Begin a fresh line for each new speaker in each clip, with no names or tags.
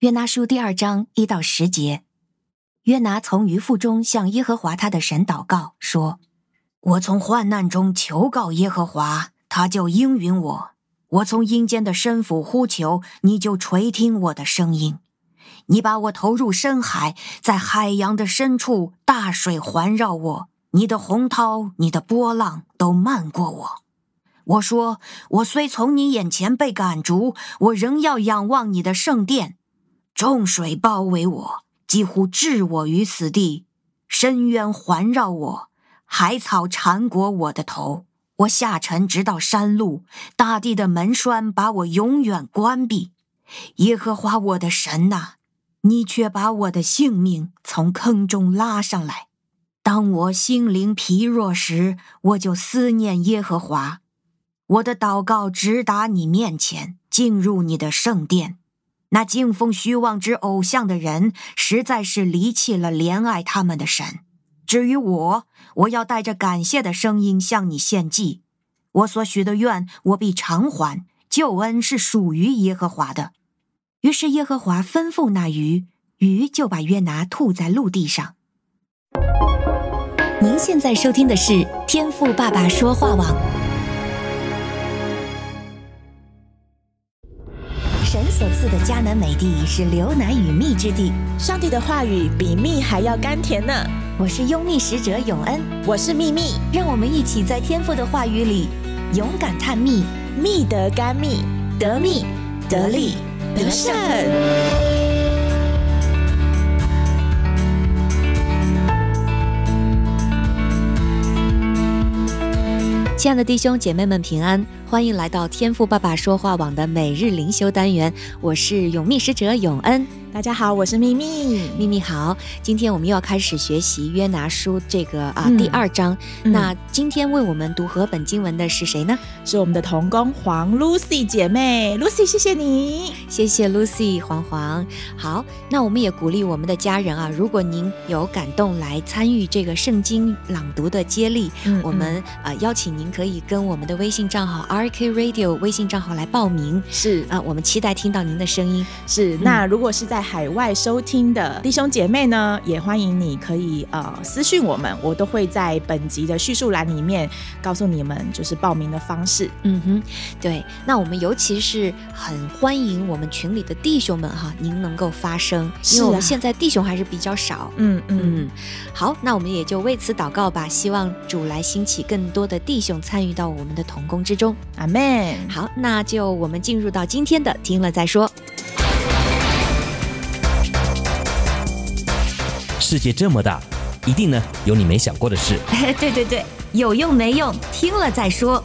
约拿书第二章一到十节，约拿从鱼腹中向耶和华他的神祷告说：“我从患难中求告耶和华，他就应允我；我从阴间的深府呼求，你就垂听我的声音。你把我投入深海，在海洋的深处，大水环绕我，你的洪涛、你的波浪都漫过我。”我说：“我虽从你眼前被赶逐，我仍要仰望你的圣殿。众水包围我，几乎置我于死地；深渊环绕我，海草缠裹我的头。我下沉直到山路，大地的门栓把我永远关闭。耶和华我的神呐、你却把我的性命从坑中拉上来。当我心灵疲弱时，我就思念耶和华。”我的祷告直达你面前，进入你的圣殿。那敬奉虚妄之偶像的人，实在是离弃了怜爱他们的神。至于我，我要带着感谢的声音向你献祭。我所许的愿，我必偿还。救恩是属于耶和华的。于是耶和华吩咐那鱼，鱼就把约拿吐在陆地上。
您现在收听的是《天赋爸爸说话网》。神所赐的迦南美地是流奶与蜜之地。
上帝的话语比蜜还要甘甜呢。
我是拥蜜使者永恩，
我是秘密，
让我们一起在天赋的话语里勇敢探秘，
蜜得甘蜜，
得蜜，得利，
得
得
胜
胜。。亲爱的弟兄姐妹们平安，欢迎来到天赋爸爸说话网的每日灵修单元，我是永密使者永恩。
大家好，我是秘密。
秘密好，今天我们又要开始学习约拿书这个啊、
嗯
第二章。
嗯
那今天为我们读和本经文的是谁呢？
是我们的童工黄 Lucy 姐妹，Lucy，谢谢你。
谢谢 Lucy 黄黄。好，那我们也鼓励我们的家人啊，如果您有感动来参与这个圣经朗读的接力，
嗯
我们啊、呃邀请您可以跟我们的微信账号 RK Radio 微信账号来报名。
是
啊、我们期待听到您的声音。
是，那如果是在海外收听的弟兄姐妹呢，也欢迎你可以呃私讯我们，我都会在本集的叙述栏里面告诉你们就是报名的方式。
嗯哼，对，那我们尤其是很欢迎我们群里的弟兄们哈，您能够发声，因
是
为我
啊
们现在弟兄还是比较少。
嗯嗯，
嗯，好，那我们也就为此祷告吧，希望主来兴起更多的弟兄参与到我们的童工之中。
阿妹，
好，那就我们进入到今天的听了再说。
世界这么大，一定呢有你没想过的事。
对对对，有用没用，听了再说。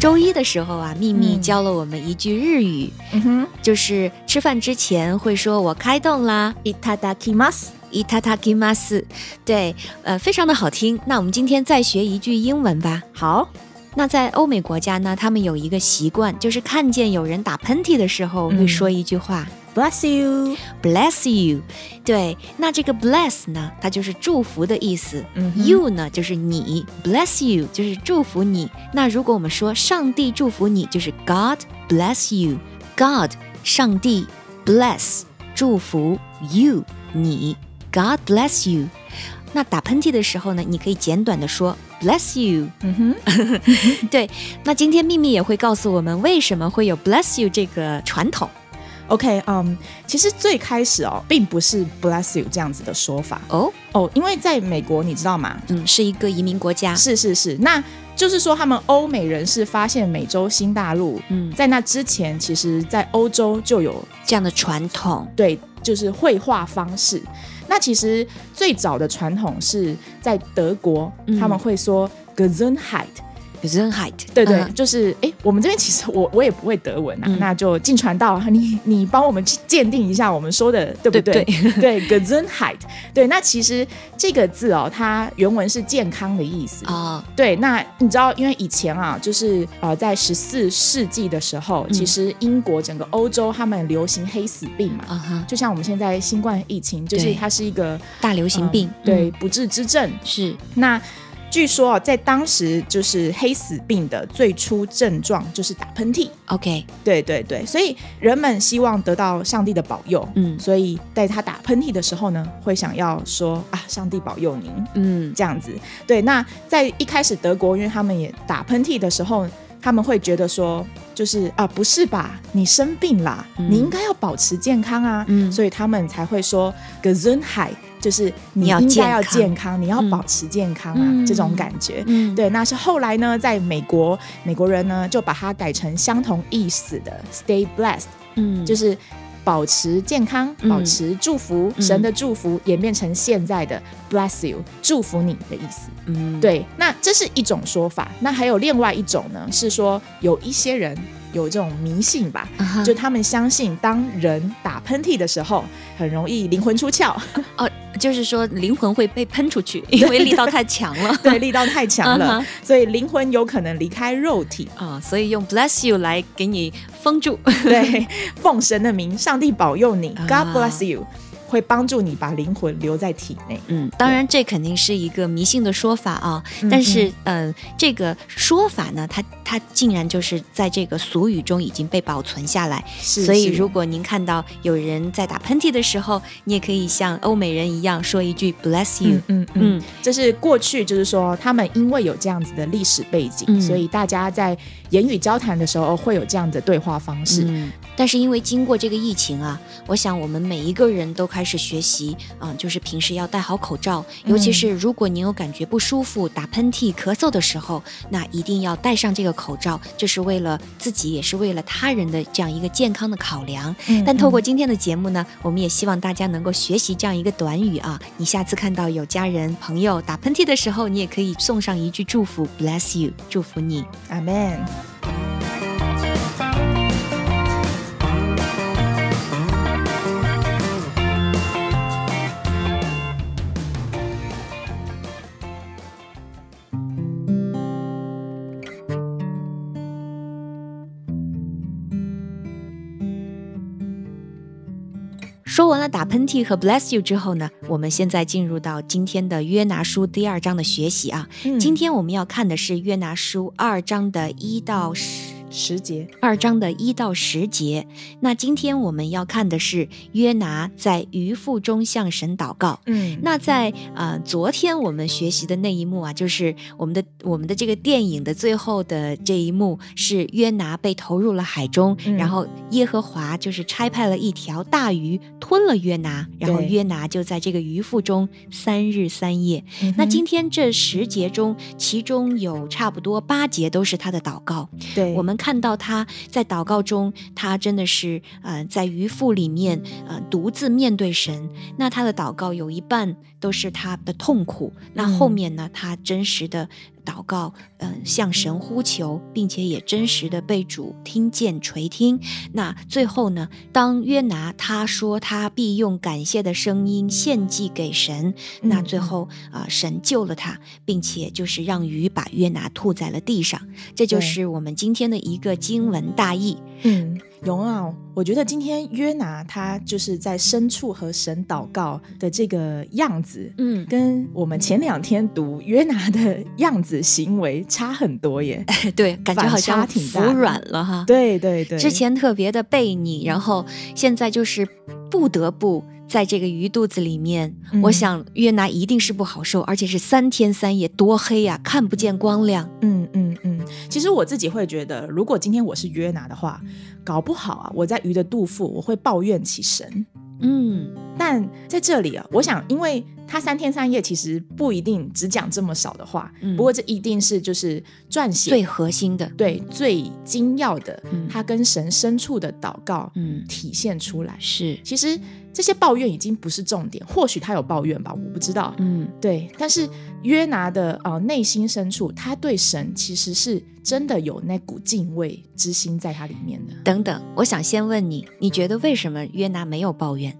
周一的时候啊，秘密
嗯
教了我们一句日语，
嗯哼，
就是吃饭之前会说“我开动啦
いただきます。”，
伊塔塔基马斯，对，呃，非常的好听。那我们今天再学一句英文吧。
好，
那在欧美国家呢，他们有一个习惯，就是看见有人打喷嚏的时候，
嗯
会说一句话、
Bless you。
b l e s s you”。对，那这个 “bless” 呢，它就是祝福的意思。
嗯哼
You 呢，就是你；bless you 就是祝福你。那如果我们说上帝祝福你，就是 God bless you。God 上帝 bless 祝福 you 你，God bless you。那打喷嚏的时候呢，你可以简短的说 bless you。
嗯哼，
那今天秘密也会告诉我们为什么会有 bless you 这个传统
OK，嗯、其实最开始哦，并不是 bless you 这样子的说法
哦，
哦，因为在美国你知道吗？
嗯，是一个移民国家，
是是是，那就是说他们欧美人士发现美洲新大陆，
嗯，
在那之前，其实在欧洲就有
这样的传统，
对，就是绘画方式。那其实最早的传统是在德国，
嗯
他们会说 Gesundheit，
z e n h e i t
对对，就是哎、诶我们这边其实我我也不会德文啊，
嗯
那就进传道，你你帮我们去鉴定一下我们说的对不
对
对？
对
对 Gesundheit，对，那其实这个字哦，它原文是健康的意思。
啊，
对，那你知道，因为以前啊，就是呃，在十四世纪的时
嗯
候，其实英国整个欧洲他们流行黑死病嘛，
啊哈，
就像我们现在新冠疫情，就是
对
它是一个呃
大流行病
嗯，对
嗯，
不治之症。
是
那据说哦，在当时就是黑死病的最初症状就是打喷嚏。
OK，
对对对，所以人们希望得到上帝的保佑，
嗯
所以在他打喷嚏的时候呢，会想要说啊，上帝保佑您
嗯
这样子。对，那在一开始德国，因为他们也打喷嚏的时候，他们会觉得说，就是啊，不是吧，你生病啦，
嗯
你应该要保持健康啊，
嗯
所以他们才会说 Gesundheit，就是你
你要
应该要
健
健康，你要保持健康啊，
嗯
这种感觉。
嗯，
对，那是后来呢，在美国，美国人呢就把它改成相同意思的 “stay blessed”，、
嗯，
就是是保持健康，
嗯
保持祝福，
嗯
神的祝福演变成现在的 “bless you”，祝福你的意思。
嗯，
对，那这是一种说法。那还有另外一种呢，是说有一些人有这种迷信吧，
啊哈，
嗯就他们相信当人打喷嚏的时候，很容易灵魂 出窍，
就是说灵魂会被喷出去，因为力道太强了。
对，力道太强
啊
了
哈，
所以灵魂有可能离开 肉体。
啊、所以用 bless you 来给你封住。
对，奉神的名，上帝保佑你
啊
，God bless you，、会帮助你把灵魂留在体内。
嗯， 当然这肯定是一个迷信的说法啊，但是嗯、呃这个说法呢，它它竟然就是在这个俗语中已经被保存下来。
是
所以
是
如果您看到有人在打喷嚏的时候，你也可以像欧美人一样说一句 bless you
嗯。嗯嗯，
嗯
这是过去，就是说他们因为有这样子的历史背景，
嗯
所以大家在言语交谈的时候会有这样的对话方式。
嗯，但是因为经过这个疫情啊，我想我们每一个人都开始学习，嗯、就是平时要戴好口罩，尤其
嗯
是如果您有感觉不舒服、打喷嚏、咳嗽的时候，那一定要戴上这个口罩，这是为了自己，也是为了他人的这样一个健康的考量。
嗯
但透过
嗯
今天的节目呢，我们也希望大家能够学习这样一个短语啊。你下次看到有家人、朋友打喷嚏的时候，你也可以送上一句祝福，bless you，祝福你。
阿 man，
说完了打喷嚏和 bless you 之后呢，我们现在进入到今天的约拿书第二章的学习啊。
嗯
今天我们要看的是约拿书二章的一到十。
时节，
二章的一到十节，那今天我们要看的是约拿在鱼腹中向神祷告。
嗯
那在呃昨天我们学习的那一幕啊，就是我们的我们的这个电影的最后的这一幕是约拿被投入了海中，
嗯
然后耶和华就是差派了一条大鱼吞了约拿，然后
对
约拿就在这个鱼腹中三日三夜。
嗯
那今天这十节中，其中有差不多八节都是他的祷告。
嗯哼对
我们看到他在祷告中，他真的是呃在鱼腹里面呃独自面对神。那他的祷告有一半都是他的痛苦，那后面
嗯
呢，他真实的祷告，嗯、向神呼求，并且也真实的被主听见垂听。那最后呢，当约拿他说他必用感谢的声音献祭给神，
嗯
那最后啊、呃神救了他，并且就是让鱼把约拿吐在了地上。这就
对
是我们今天的一个经文大意。
嗯，荣啊，我觉得今天约拿他就是在深处和神祷告的这个样子，
嗯，
跟我们前两天读约拿的样子行为差很多耶。
对，感觉好像
反差挺
服
大的
软了哈。
对对对，
之前特别的背你，然后现在就是不得不在这个鱼肚子里面。
嗯
我想约拿一定是不好受，而且是三天三夜，多黑呀、看不见光亮。
嗯嗯嗯，其实我自己会觉得，如果今天我是约拿的话，搞不好啊，我在鱼的肚腹，我会抱怨起神。
嗯
但在这里啊，我想，因为他三天三夜其实不一定只讲这么少的话，
嗯
不过这一定是就是撰写
最核心的，
对最精要的，
嗯
他跟神深处的祷告
嗯，
体现出来。
是，
其实这些抱怨已经不是重点，或许他有抱怨吧，我不知道。
嗯
对，但是约拿的呃内心深处，他对神其实是真的有那股敬畏之心在他里面的。
等等。我想先问你，你觉得为什么约拿没有抱怨？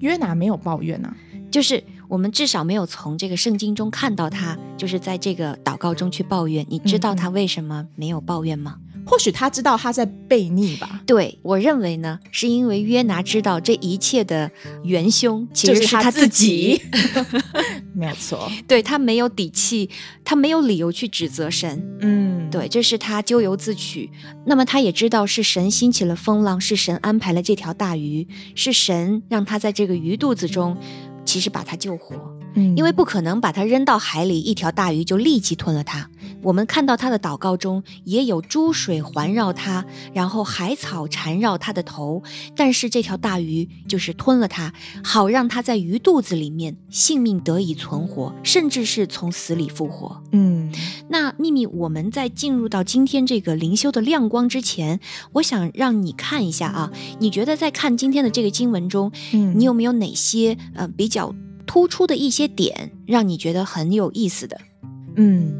约拿没有抱怨啊，
就是我们至少没有从这个圣经中看到他，就是在这个祷告中去抱怨。你知道他为什么没有抱怨吗？
或许他知道他在悖逆吧，
对我认为呢，是因为约拿知道这一切的元凶其
就
实
他
他
自
己。
己。 没有错，
对他没有底气，他没有理由去指责神，
嗯，
对，这是他咎由自取。那么他也知道是神兴起了风浪，是神安排了这条大鱼，是神让他在这个鱼肚子中，其实把他救活。
嗯，
因为不可能把它扔到海里，一条大鱼就立即吞了它。我们看到他的祷告中也有珠水环绕他，然后海草缠绕他的头，但是这条大鱼就是吞了它，好让他在鱼肚子里面性命得以存活，甚至是从死里复活。
嗯
那秘密，我们在进入到今天这个灵修的亮光之前，我想让你看一下啊，你觉得在看今天的这个经文中，
嗯，
你有没有哪些呃比较突出的一些点，让你觉得很有意思的？
嗯，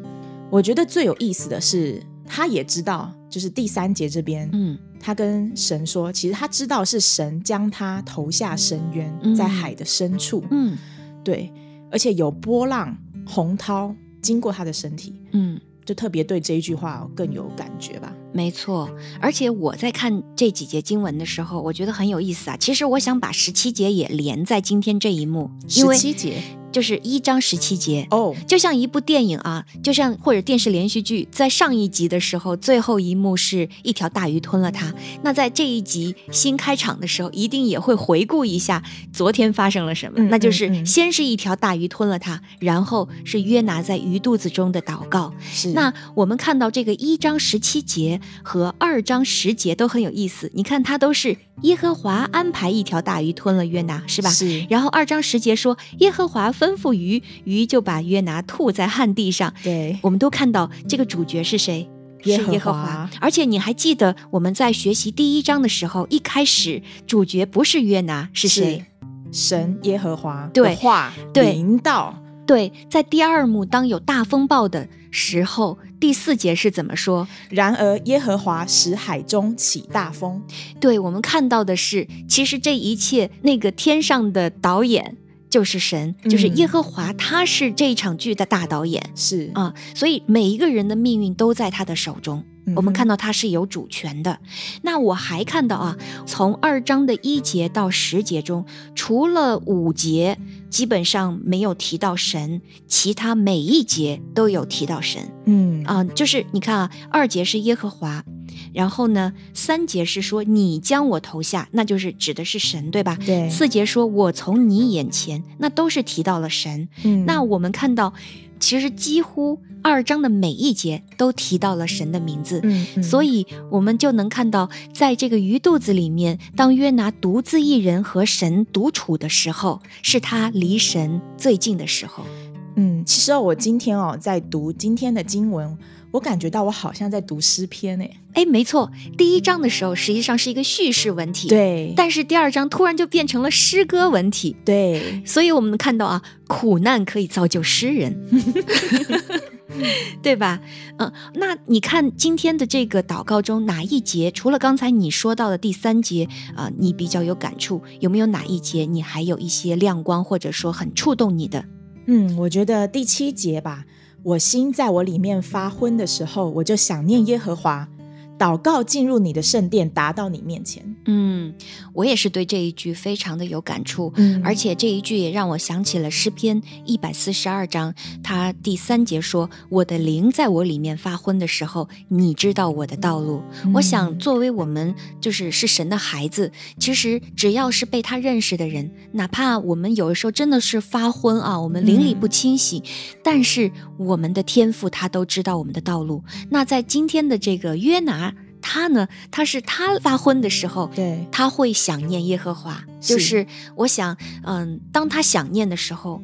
我觉得最有意思的是，他也知道，就是第三节这边，
嗯
他跟神说，其实他知道是神将他投下深
嗯
渊，在海的深处，
嗯
对，而且有波浪、洪涛经过他的身体，
嗯，
就特别对这一句话更有感觉吧。
没错。而且我在看这几节经文的时候，我觉得很有意思啊。其实我想把十七节也连在今天这一幕，因为
17节
就是一章十七节。
哦，
就像一部电影啊，就像或者电视连续剧，在上一集的时候，最后一幕是一条大鱼吞了它。那在这一集新开场的时候，一定也会回顾一下昨天发生了什么。
嗯
那就
嗯
是
嗯
先是一条大鱼吞了它，然后是约拿在鱼肚子中的祷告。
是
那我们看到这个一章十七节和二章十节都很有意思，你看它都是耶和华安排一条大鱼吞了约拿，是吧？
是
然后二章十节说，耶和华吩咐鱼，鱼就把约拿吐在旱地上。
对，
我们都看到这个主角是谁？是
耶和华
耶和华。而且你还记得我们在学习第一章的时候，一开始主角不是约拿，是谁？
神耶和华
对
的话
对
引导，
对，在第二幕当有大风暴的时候，第四节是怎么说？
然而耶和华使海中起大风，
对我们看到的是，其实这一切那个天上的导演就是神，就是
嗯
耶和华，他是这一场剧的大导演。
是
啊、所以每一个人的命运都在他的手中。我们看到
到
他是有主权的。那我还看到啊，从二章的一节到十节中，除了五节基本上没有提到神，其他每一节都有提到神。
嗯
啊、就是你看啊，二节是耶和华，然后呢，三节是说你将我投下，那就是指的是神，对吧？
对
四节说我从你眼前，那都是提到了神。
嗯
那我们看到，其实几乎二章的每一节都提到了神的名字。
嗯嗯
所以，我们就能看到，在这个鱼肚子里面，当约拿独自一人和神独处的时候，是他离神最近的时候。
嗯，其实哦，我今天哦在读今天的经文，我感觉到我好像在读诗篇欸诶，
哎，没错，第一章的时候实际上是一个叙事文体，。
对
但是第二章突然就变成了诗歌文体，
对，
所以我们看到啊，苦难可以造就诗 人，对吧？嗯，那你看今天的这个祷告中，哪一节除了刚才你说到的第三节啊、你比较有感触，有没有哪一节你还有一些亮光，或者说很触动你的？
嗯，我觉得第七节吧，我心在我里面发昏的时候，我就想念耶和华，祷告进入你的圣殿，达到你面前。
嗯，我也是对这一句非常的有感触。
嗯
而且这一句也让我想起了诗篇一百四十二章，它第三节说：“我的灵在我里面发昏的时候，你知道我的道路。我
嗯
想，作为我们就是是神的孩子，其实只要是被他认识的人，哪怕我们有的时候真的是发昏啊，我们灵里
嗯
不清醒，但是我们的天赋他都知道我们的道路。那在今天的这个约拿，他呢，他是他发昏的时候，
对，
他会想念耶和华，
是
就是我想，嗯，当他想念的时候，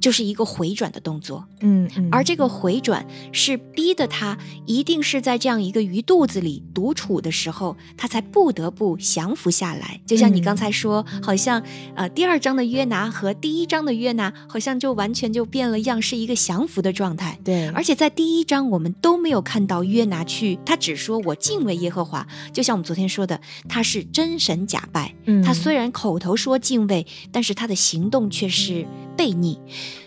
就是一个回转的动作，
嗯嗯，
而这个回转是逼得他一定是在这样一个鱼肚子里独处的时候，他才不得不降服下来。就像你
嗯
刚才说，好像呃第二章的约拿和第一章的约拿好像就完全就变了样，是一个降服的状态。
对，
而且在第一章我们都没有看到约拿去，他只说我敬畏耶和华，就像我们昨天说的，他是真神假拜。他
嗯
虽然口头说敬畏，但是他的行动却是悖逆。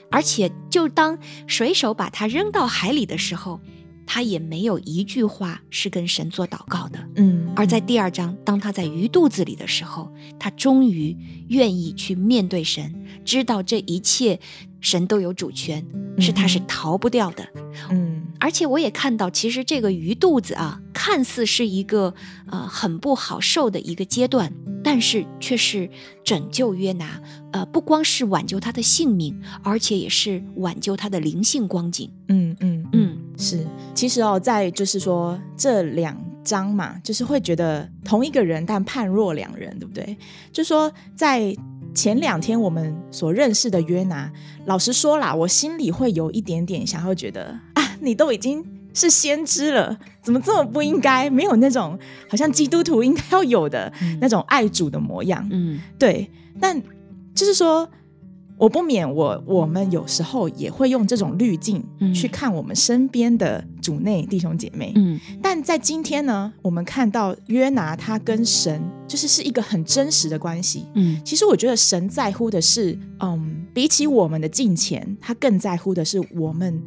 而且，就当水手把他扔到海里的时候，他也没有一句话是跟神做祷告的。
嗯
而在第二章，当他在鱼肚子里的时候，他终于愿意去面对神，知道这一切神都有主权，是他是逃不掉的。
嗯
而且我也看到，其实这个鱼肚子啊，看似是一个呃很不好受的一个阶段，但是却是拯救约拿，呃，不光是挽救他的性命，而且也是挽救他的灵性光景。
嗯嗯嗯，
嗯
是。其实哦，在就是说这两章嘛，就是会觉得同一个人，但判若两人，对不对？就说在前两天我们所认识的约拿，老实说啦，我心里会有一点点想要觉得啊，你都已经是先知了，怎么这么不应该？没有那种好像基督徒应该要有的那种爱主的模样。
嗯
对，但就是说，我不免我我们有时候也会用这种滤镜
嗯
去看我们身边的主内弟兄姐妹。
嗯
但在今天呢，我们看到约拿他跟神就是是一个很真实的关系。
嗯
其实我觉得神在乎的是，嗯，比起我们的金钱，他更在乎的是我们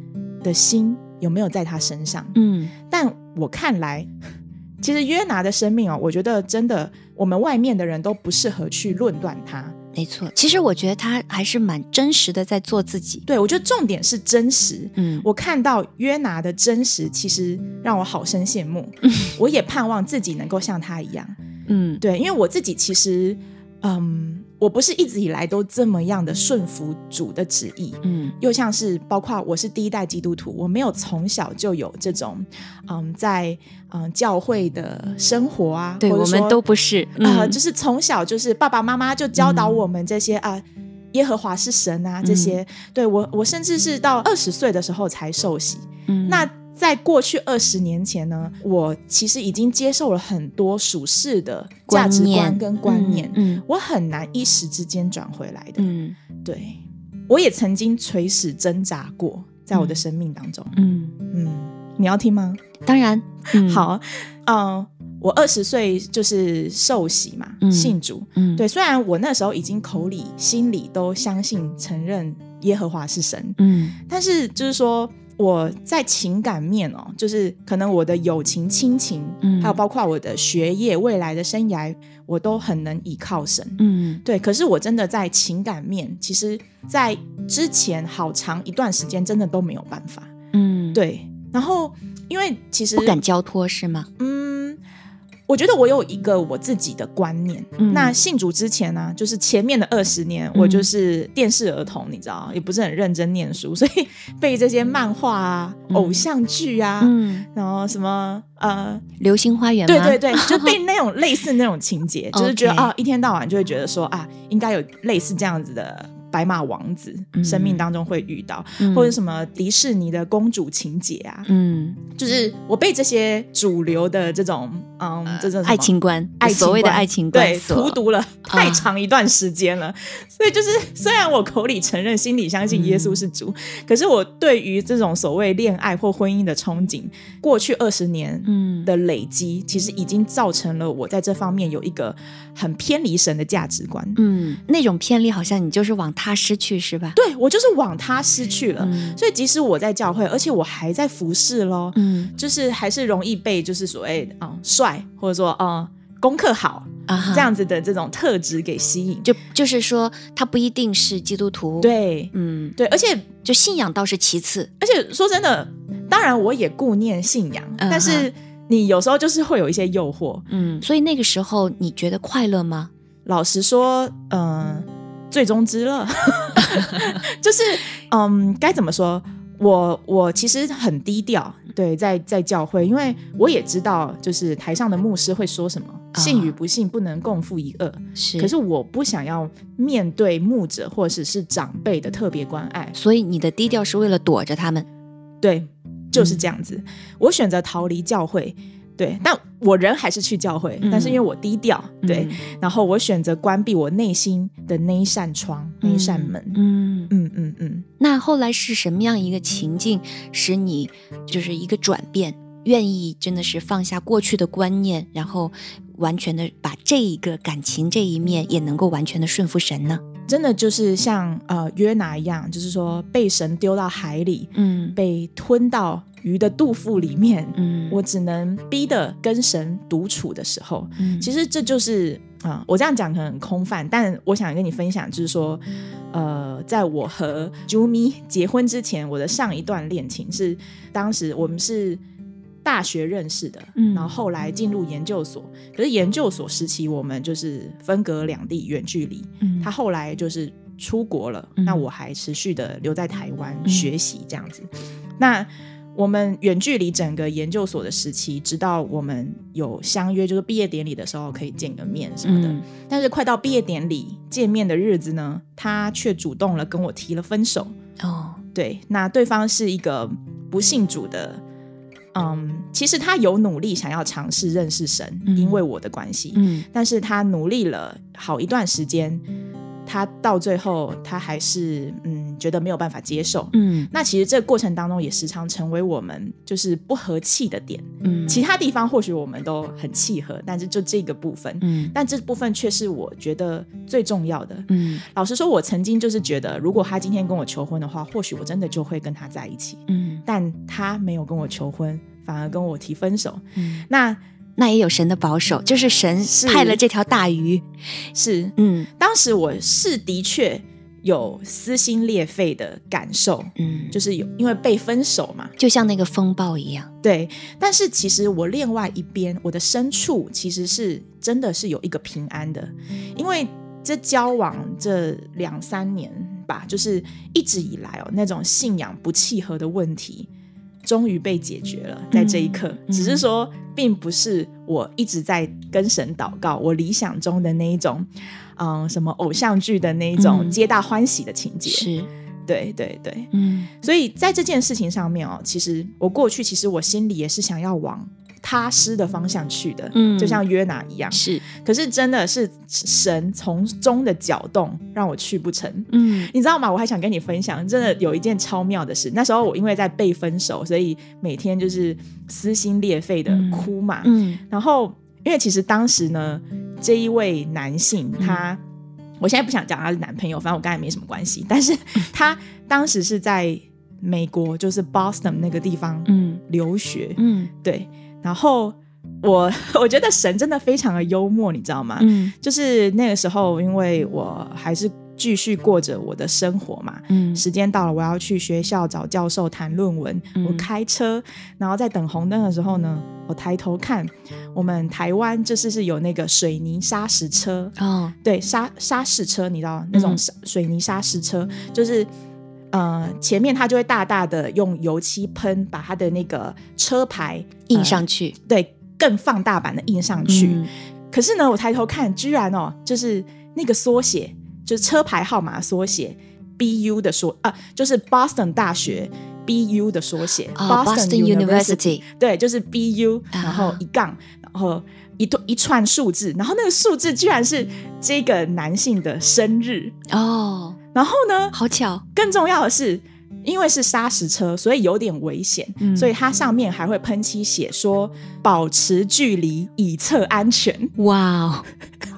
的心有没有在他身上。
嗯
但我看来， 其实约拿的生命哦，我觉得真的我们外面的人都不适合去论断他。
没错。其实我觉得他还是蛮真实的，在做自己。
对我觉得重点是真实。
嗯
我看到约拿的真实，其实让我好生羡慕。我也盼望自己能够像他一样。
嗯
对，因为我自己其实，嗯，我不是一直以来都这么样的顺服主的旨意。
嗯
又像是包括我是第一代基督徒，我没有从小就有这种，嗯，在嗯教会的生活啊，
对
或者
我们
说
都不是
呃，
嗯
就是从小就是爸爸妈妈就教导我们这些啊、耶和华是神
嗯
啊这些，对我我甚至是到二十岁的时候才受洗，
嗯，
那在过去二十年前呢，我其实已经接受了很多属世的价值观跟观念，
嗯
我很难一时之间转回来的。
嗯
对，我也曾经垂死挣扎过，在我的
嗯
生命当中。
嗯，
嗯，你要听吗？
当然，嗯，
好，嗯、我二十岁就是受洗嘛，
嗯
信主。
嗯，
对，虽然我那时候已经口里、心里都相信、承认耶和华是神，
嗯
但是就是说我在情感面哦，就是可能我的友情、亲情，
嗯
还有包括我的学业、未来的生涯，我都很能倚靠神。
嗯
对，可是我真的在情感面，其实在之前好长一段时间，真的都没有办法。
嗯，，
对，然后因为其实
不敢交托是吗？
嗯，我觉得我有一个我自己的观念。
嗯
那信主之前呢、就是前面的二十年，我就是电视儿童，你知道，也不是很认真念书，所以 被这些漫画啊、
嗯
偶像剧啊。
嗯，
然后什么呃，
流星花园
对
吗
对，对， 就被那种类似那种情节，就是觉得
OK
啊，一天到晚就会觉得说啊，应该有类似这样子的白马王子，
嗯
生命当中会遇到，
嗯
或者什么迪士尼的公主情节啊，
嗯，
就是我被这些主流的这种，嗯，这种什么
呃爱情观，
爱情观
所谓的爱情观，
对
所嗯
荼毒了太长一段时间了。所以就是，虽然我口里承认，心里相
嗯
信耶稣是主，可是我对于这种所谓恋爱或婚姻的憧憬，过去二十年
嗯
的累积，其实已经造成了我在这方面有一个很偏离神的价值观。
嗯，那种偏离好像你就是往他失去是吧？
对我就是往他失去了。
嗯
所以即使我在教会，而且我还在服侍咯，
嗯
就是还是容易被就是所谓啊、呃帅或者说啊、呃功课好
啊哈，
这样子的这种特质给吸引。
就就是说他不一定是基督徒，，
对
嗯，
对，而且
就信仰倒是其次，
而且说真的，当然我也顾念信仰，
嗯
但是你有时候就是会有一些诱惑。
嗯，所以那个时候你觉得快乐吗？
老实说，嗯、最终 之乐，就是嗯，该怎么说？我我其实很低调，
嗯
对，在在教会，因为我也知道，就是台上的牧师会说什么，
啊
信与不信不能共负一恶。
是，
可是我不想要面对牧者或者是长辈的特别关爱，
所以你的低调是为了躲着他们，
对，就是这样子。
嗯
我选择逃离教会，对，但我人还是去教会，
嗯
但是因为我低调，对，然后我选择关闭我内心的那一扇窗、那
嗯，
一扇门。
嗯，
嗯嗯嗯，
那后来是什么样一个情境使你就是一个转变，愿意真的是放下过去的观念，然后完全的把这一个感情这一面也能够完全的顺服神呢？
真的就是像呃约拿一样，就是说被神丢到海里，
嗯
被吞到鱼的肚腹里面，
嗯
我只能逼的跟神独处的时候，
嗯
其
实
实这就是啊、我这样讲可能很空泛，但我想跟你分享，就是说，呃，在我和 Jumi 结婚之前，我的上一段恋情是当时我们是大学认识的，
嗯
然后后来进入研究所，可是研究所时期我们就是分隔两地，远距离，
嗯
他后来就是出国了，
嗯
那我还持续的留在台湾
嗯
学习这样子。那我们远距离整个研究所的时期，直到我们有相约，就是毕业典礼的时候可以见个面什么的。
嗯
但是快到毕业典礼见面的日子呢，他却主动了跟我提了分手。
哦
对，那对方是一个不信主的，嗯，其实他有努力想要尝试认识神，
嗯
因为我的关系，
嗯
但是他努力了好一段时间，他到最后他还是嗯觉得没有办法接受。
嗯
那其实这个过程当中也时常成为我们就是不和气的点。
嗯
其他地方或许我们都很契合，但是就这个部分，
嗯
但这部分却是我觉得最重要的。
嗯
老实说，我曾经就是觉得，如果他今天跟我求婚的话，或许我真的就会跟他在一起。
嗯
但他没有跟我求婚，反而跟我提分手。
嗯，
那
那也有神的保守，就是神
是
派了这条大鱼。
是
嗯
当时我是的确有撕心裂肺的感受，
嗯，
就是有因为被分手嘛，
就像那个风暴一样，
对。但是其实我另外一边，我的深处其实是真的是有一个平安的，因为这交往这两三年吧，就是一直以来哦那种信仰不契合的问题。终于被解决了，在这一刻，
嗯
只是说，并不是我一直在跟神祷告，我理想中的那一种，嗯、什么偶像剧的那一种
嗯
皆大欢喜的情节。
是
对对对，
嗯
所以在这件事情上面哦，其实我过去其实我心里也是想要往踏实的方向去的，
嗯
就像约拿一样。
是
可是真的是神从中的搅动，让我去不成。
嗯
你知道吗？我还想跟你分享，真的有一件超妙的事。那时候我因为在被分手，所以每天就是撕心裂肺的
嗯
哭嘛。
嗯
然后，因为其实当时呢，这一位男性
嗯
他，我现在不想讲他是男朋友，反正我跟他也没什么关系。但是
嗯
他当时是在美国，就是 Boston 那个地方
嗯
留学，
嗯
对。然后我 我觉得神真的非常的幽默，你知道吗？
嗯
就是那个时候，因为我还是继续过着我的生活嘛，
嗯
时间到了，我要去学校找教授谈论文。
嗯
我开车，然后在等红灯的时候呢，我抬头看，我们台湾就是是有那个水泥砂石车，
哦
对砂砂石车，你知道那种砂水泥砂石车，就是呃前面它就会大大的用油漆喷，把它的那个车牌
印上去，
对更放大版的印上去。
嗯
可是呢，我抬头看，居然哦，就是那个缩写，就是车牌号码缩写 BU 的缩啊，就是 Boston 大学 BU 的缩写、
啊
Boston
Boston
University，
University
对，就是 BU，
啊
然后一杠，然后一段一串数字，然后那个数字居然是这个男性的生日，
哦，
然后呢，
好巧，
更重要的是，因为是砂石车，所以有点危险，
嗯
所以它上面还会喷漆写说保持距离以测安全。
哇 哦，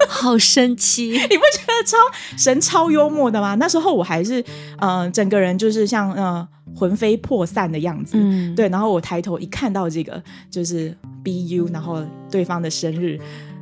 好神奇，
你不觉得超神超幽默的吗？那时候我还是呃，整个人就是像呃魂飞魄散的样子。
嗯
对，然后我抬头一看到这个就是 BU，然后对方的生日，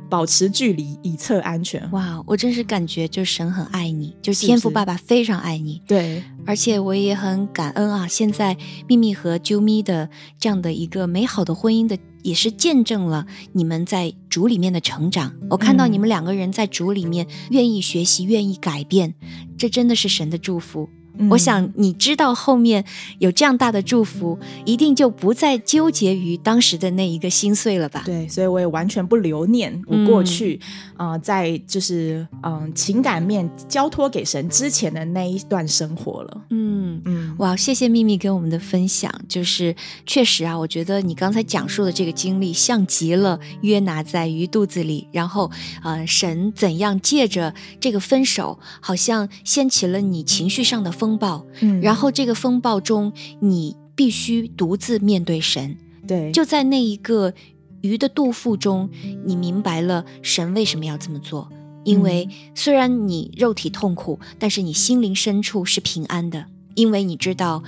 保持距离以测安全。
哇，我真是感觉就是神很爱你，就是是天赋
不是
爸爸非常爱你，
对，
而且我也很感恩啊！现在秘密和啾咪的这样的一个美好的婚姻的，也是见证了你们在主里面的成长。我看到
嗯
你们两个人在主里面愿意学习、愿意改变，这真的是神的祝福。
嗯
我想你知道后面有这样大的祝福，一定就不再纠结于当时的那一个心碎了吧？
对，所以我也完全不留念我
嗯
过去，呃，在就是嗯、呃情感面交托给神之前的那一段生活了。
嗯，
嗯，
哇，谢谢秘密给我们的分享，就是确实啊，我觉得你刚才讲述的这个经历，像极了约拿在鱼肚子里，然后呃，神怎样借着这个分手，好像掀起了你情绪上的风暴，
嗯
然后这个风暴中，你必须独自面对神，
对，
就在那一个鱼的肚腹中，你明白了神为什么要这么做。因为虽然你肉体痛苦，但是你心灵深处是平安的，因为你知道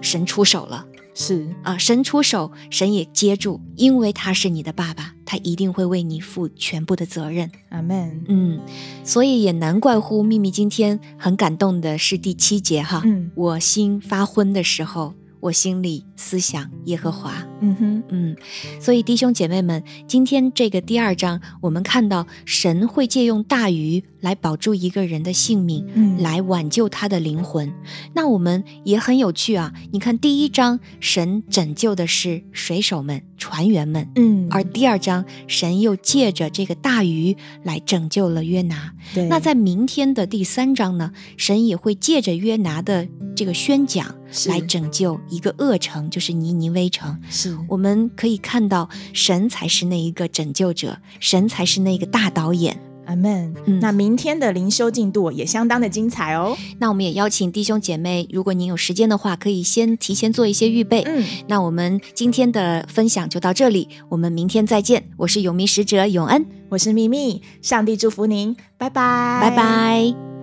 神出手了
是
啊，神出手，神也接住，因为他是你的爸爸，他一定会为你负全部的责任。
阿门。
嗯，所以也难怪乎秘密今天很感动的是第七节哈，
嗯
我心发昏的时候，我心里思想耶和华。
嗯哼，
嗯，所以弟兄姐妹们，今天这个第二章，我们看到神会借用大鱼来保住一个人的性命，
嗯
来挽救他的灵魂。那我们也很有趣啊！你看第一章，神拯救的是水手们、船员们。
嗯，
而第二章，神又借着这个大鱼来拯救了约拿。
对
那在明天的第三章呢，神也会借着约拿的这个宣讲
是
来拯救一个恶城，就是尼尼微城。
是
我们可以看到，神才是那一个拯救者，神才是那个大导演。
阿门
嗯。
那明天的灵修进度也相当的精彩哦。
那我们也邀请弟兄姐妹，如果您有时间的话，可以先提前做一些预备。
嗯，
那我们今天的分享就到这里，我们明天再见。我是永明使者永恩，
我是秘密，上帝祝福您，拜拜，
拜拜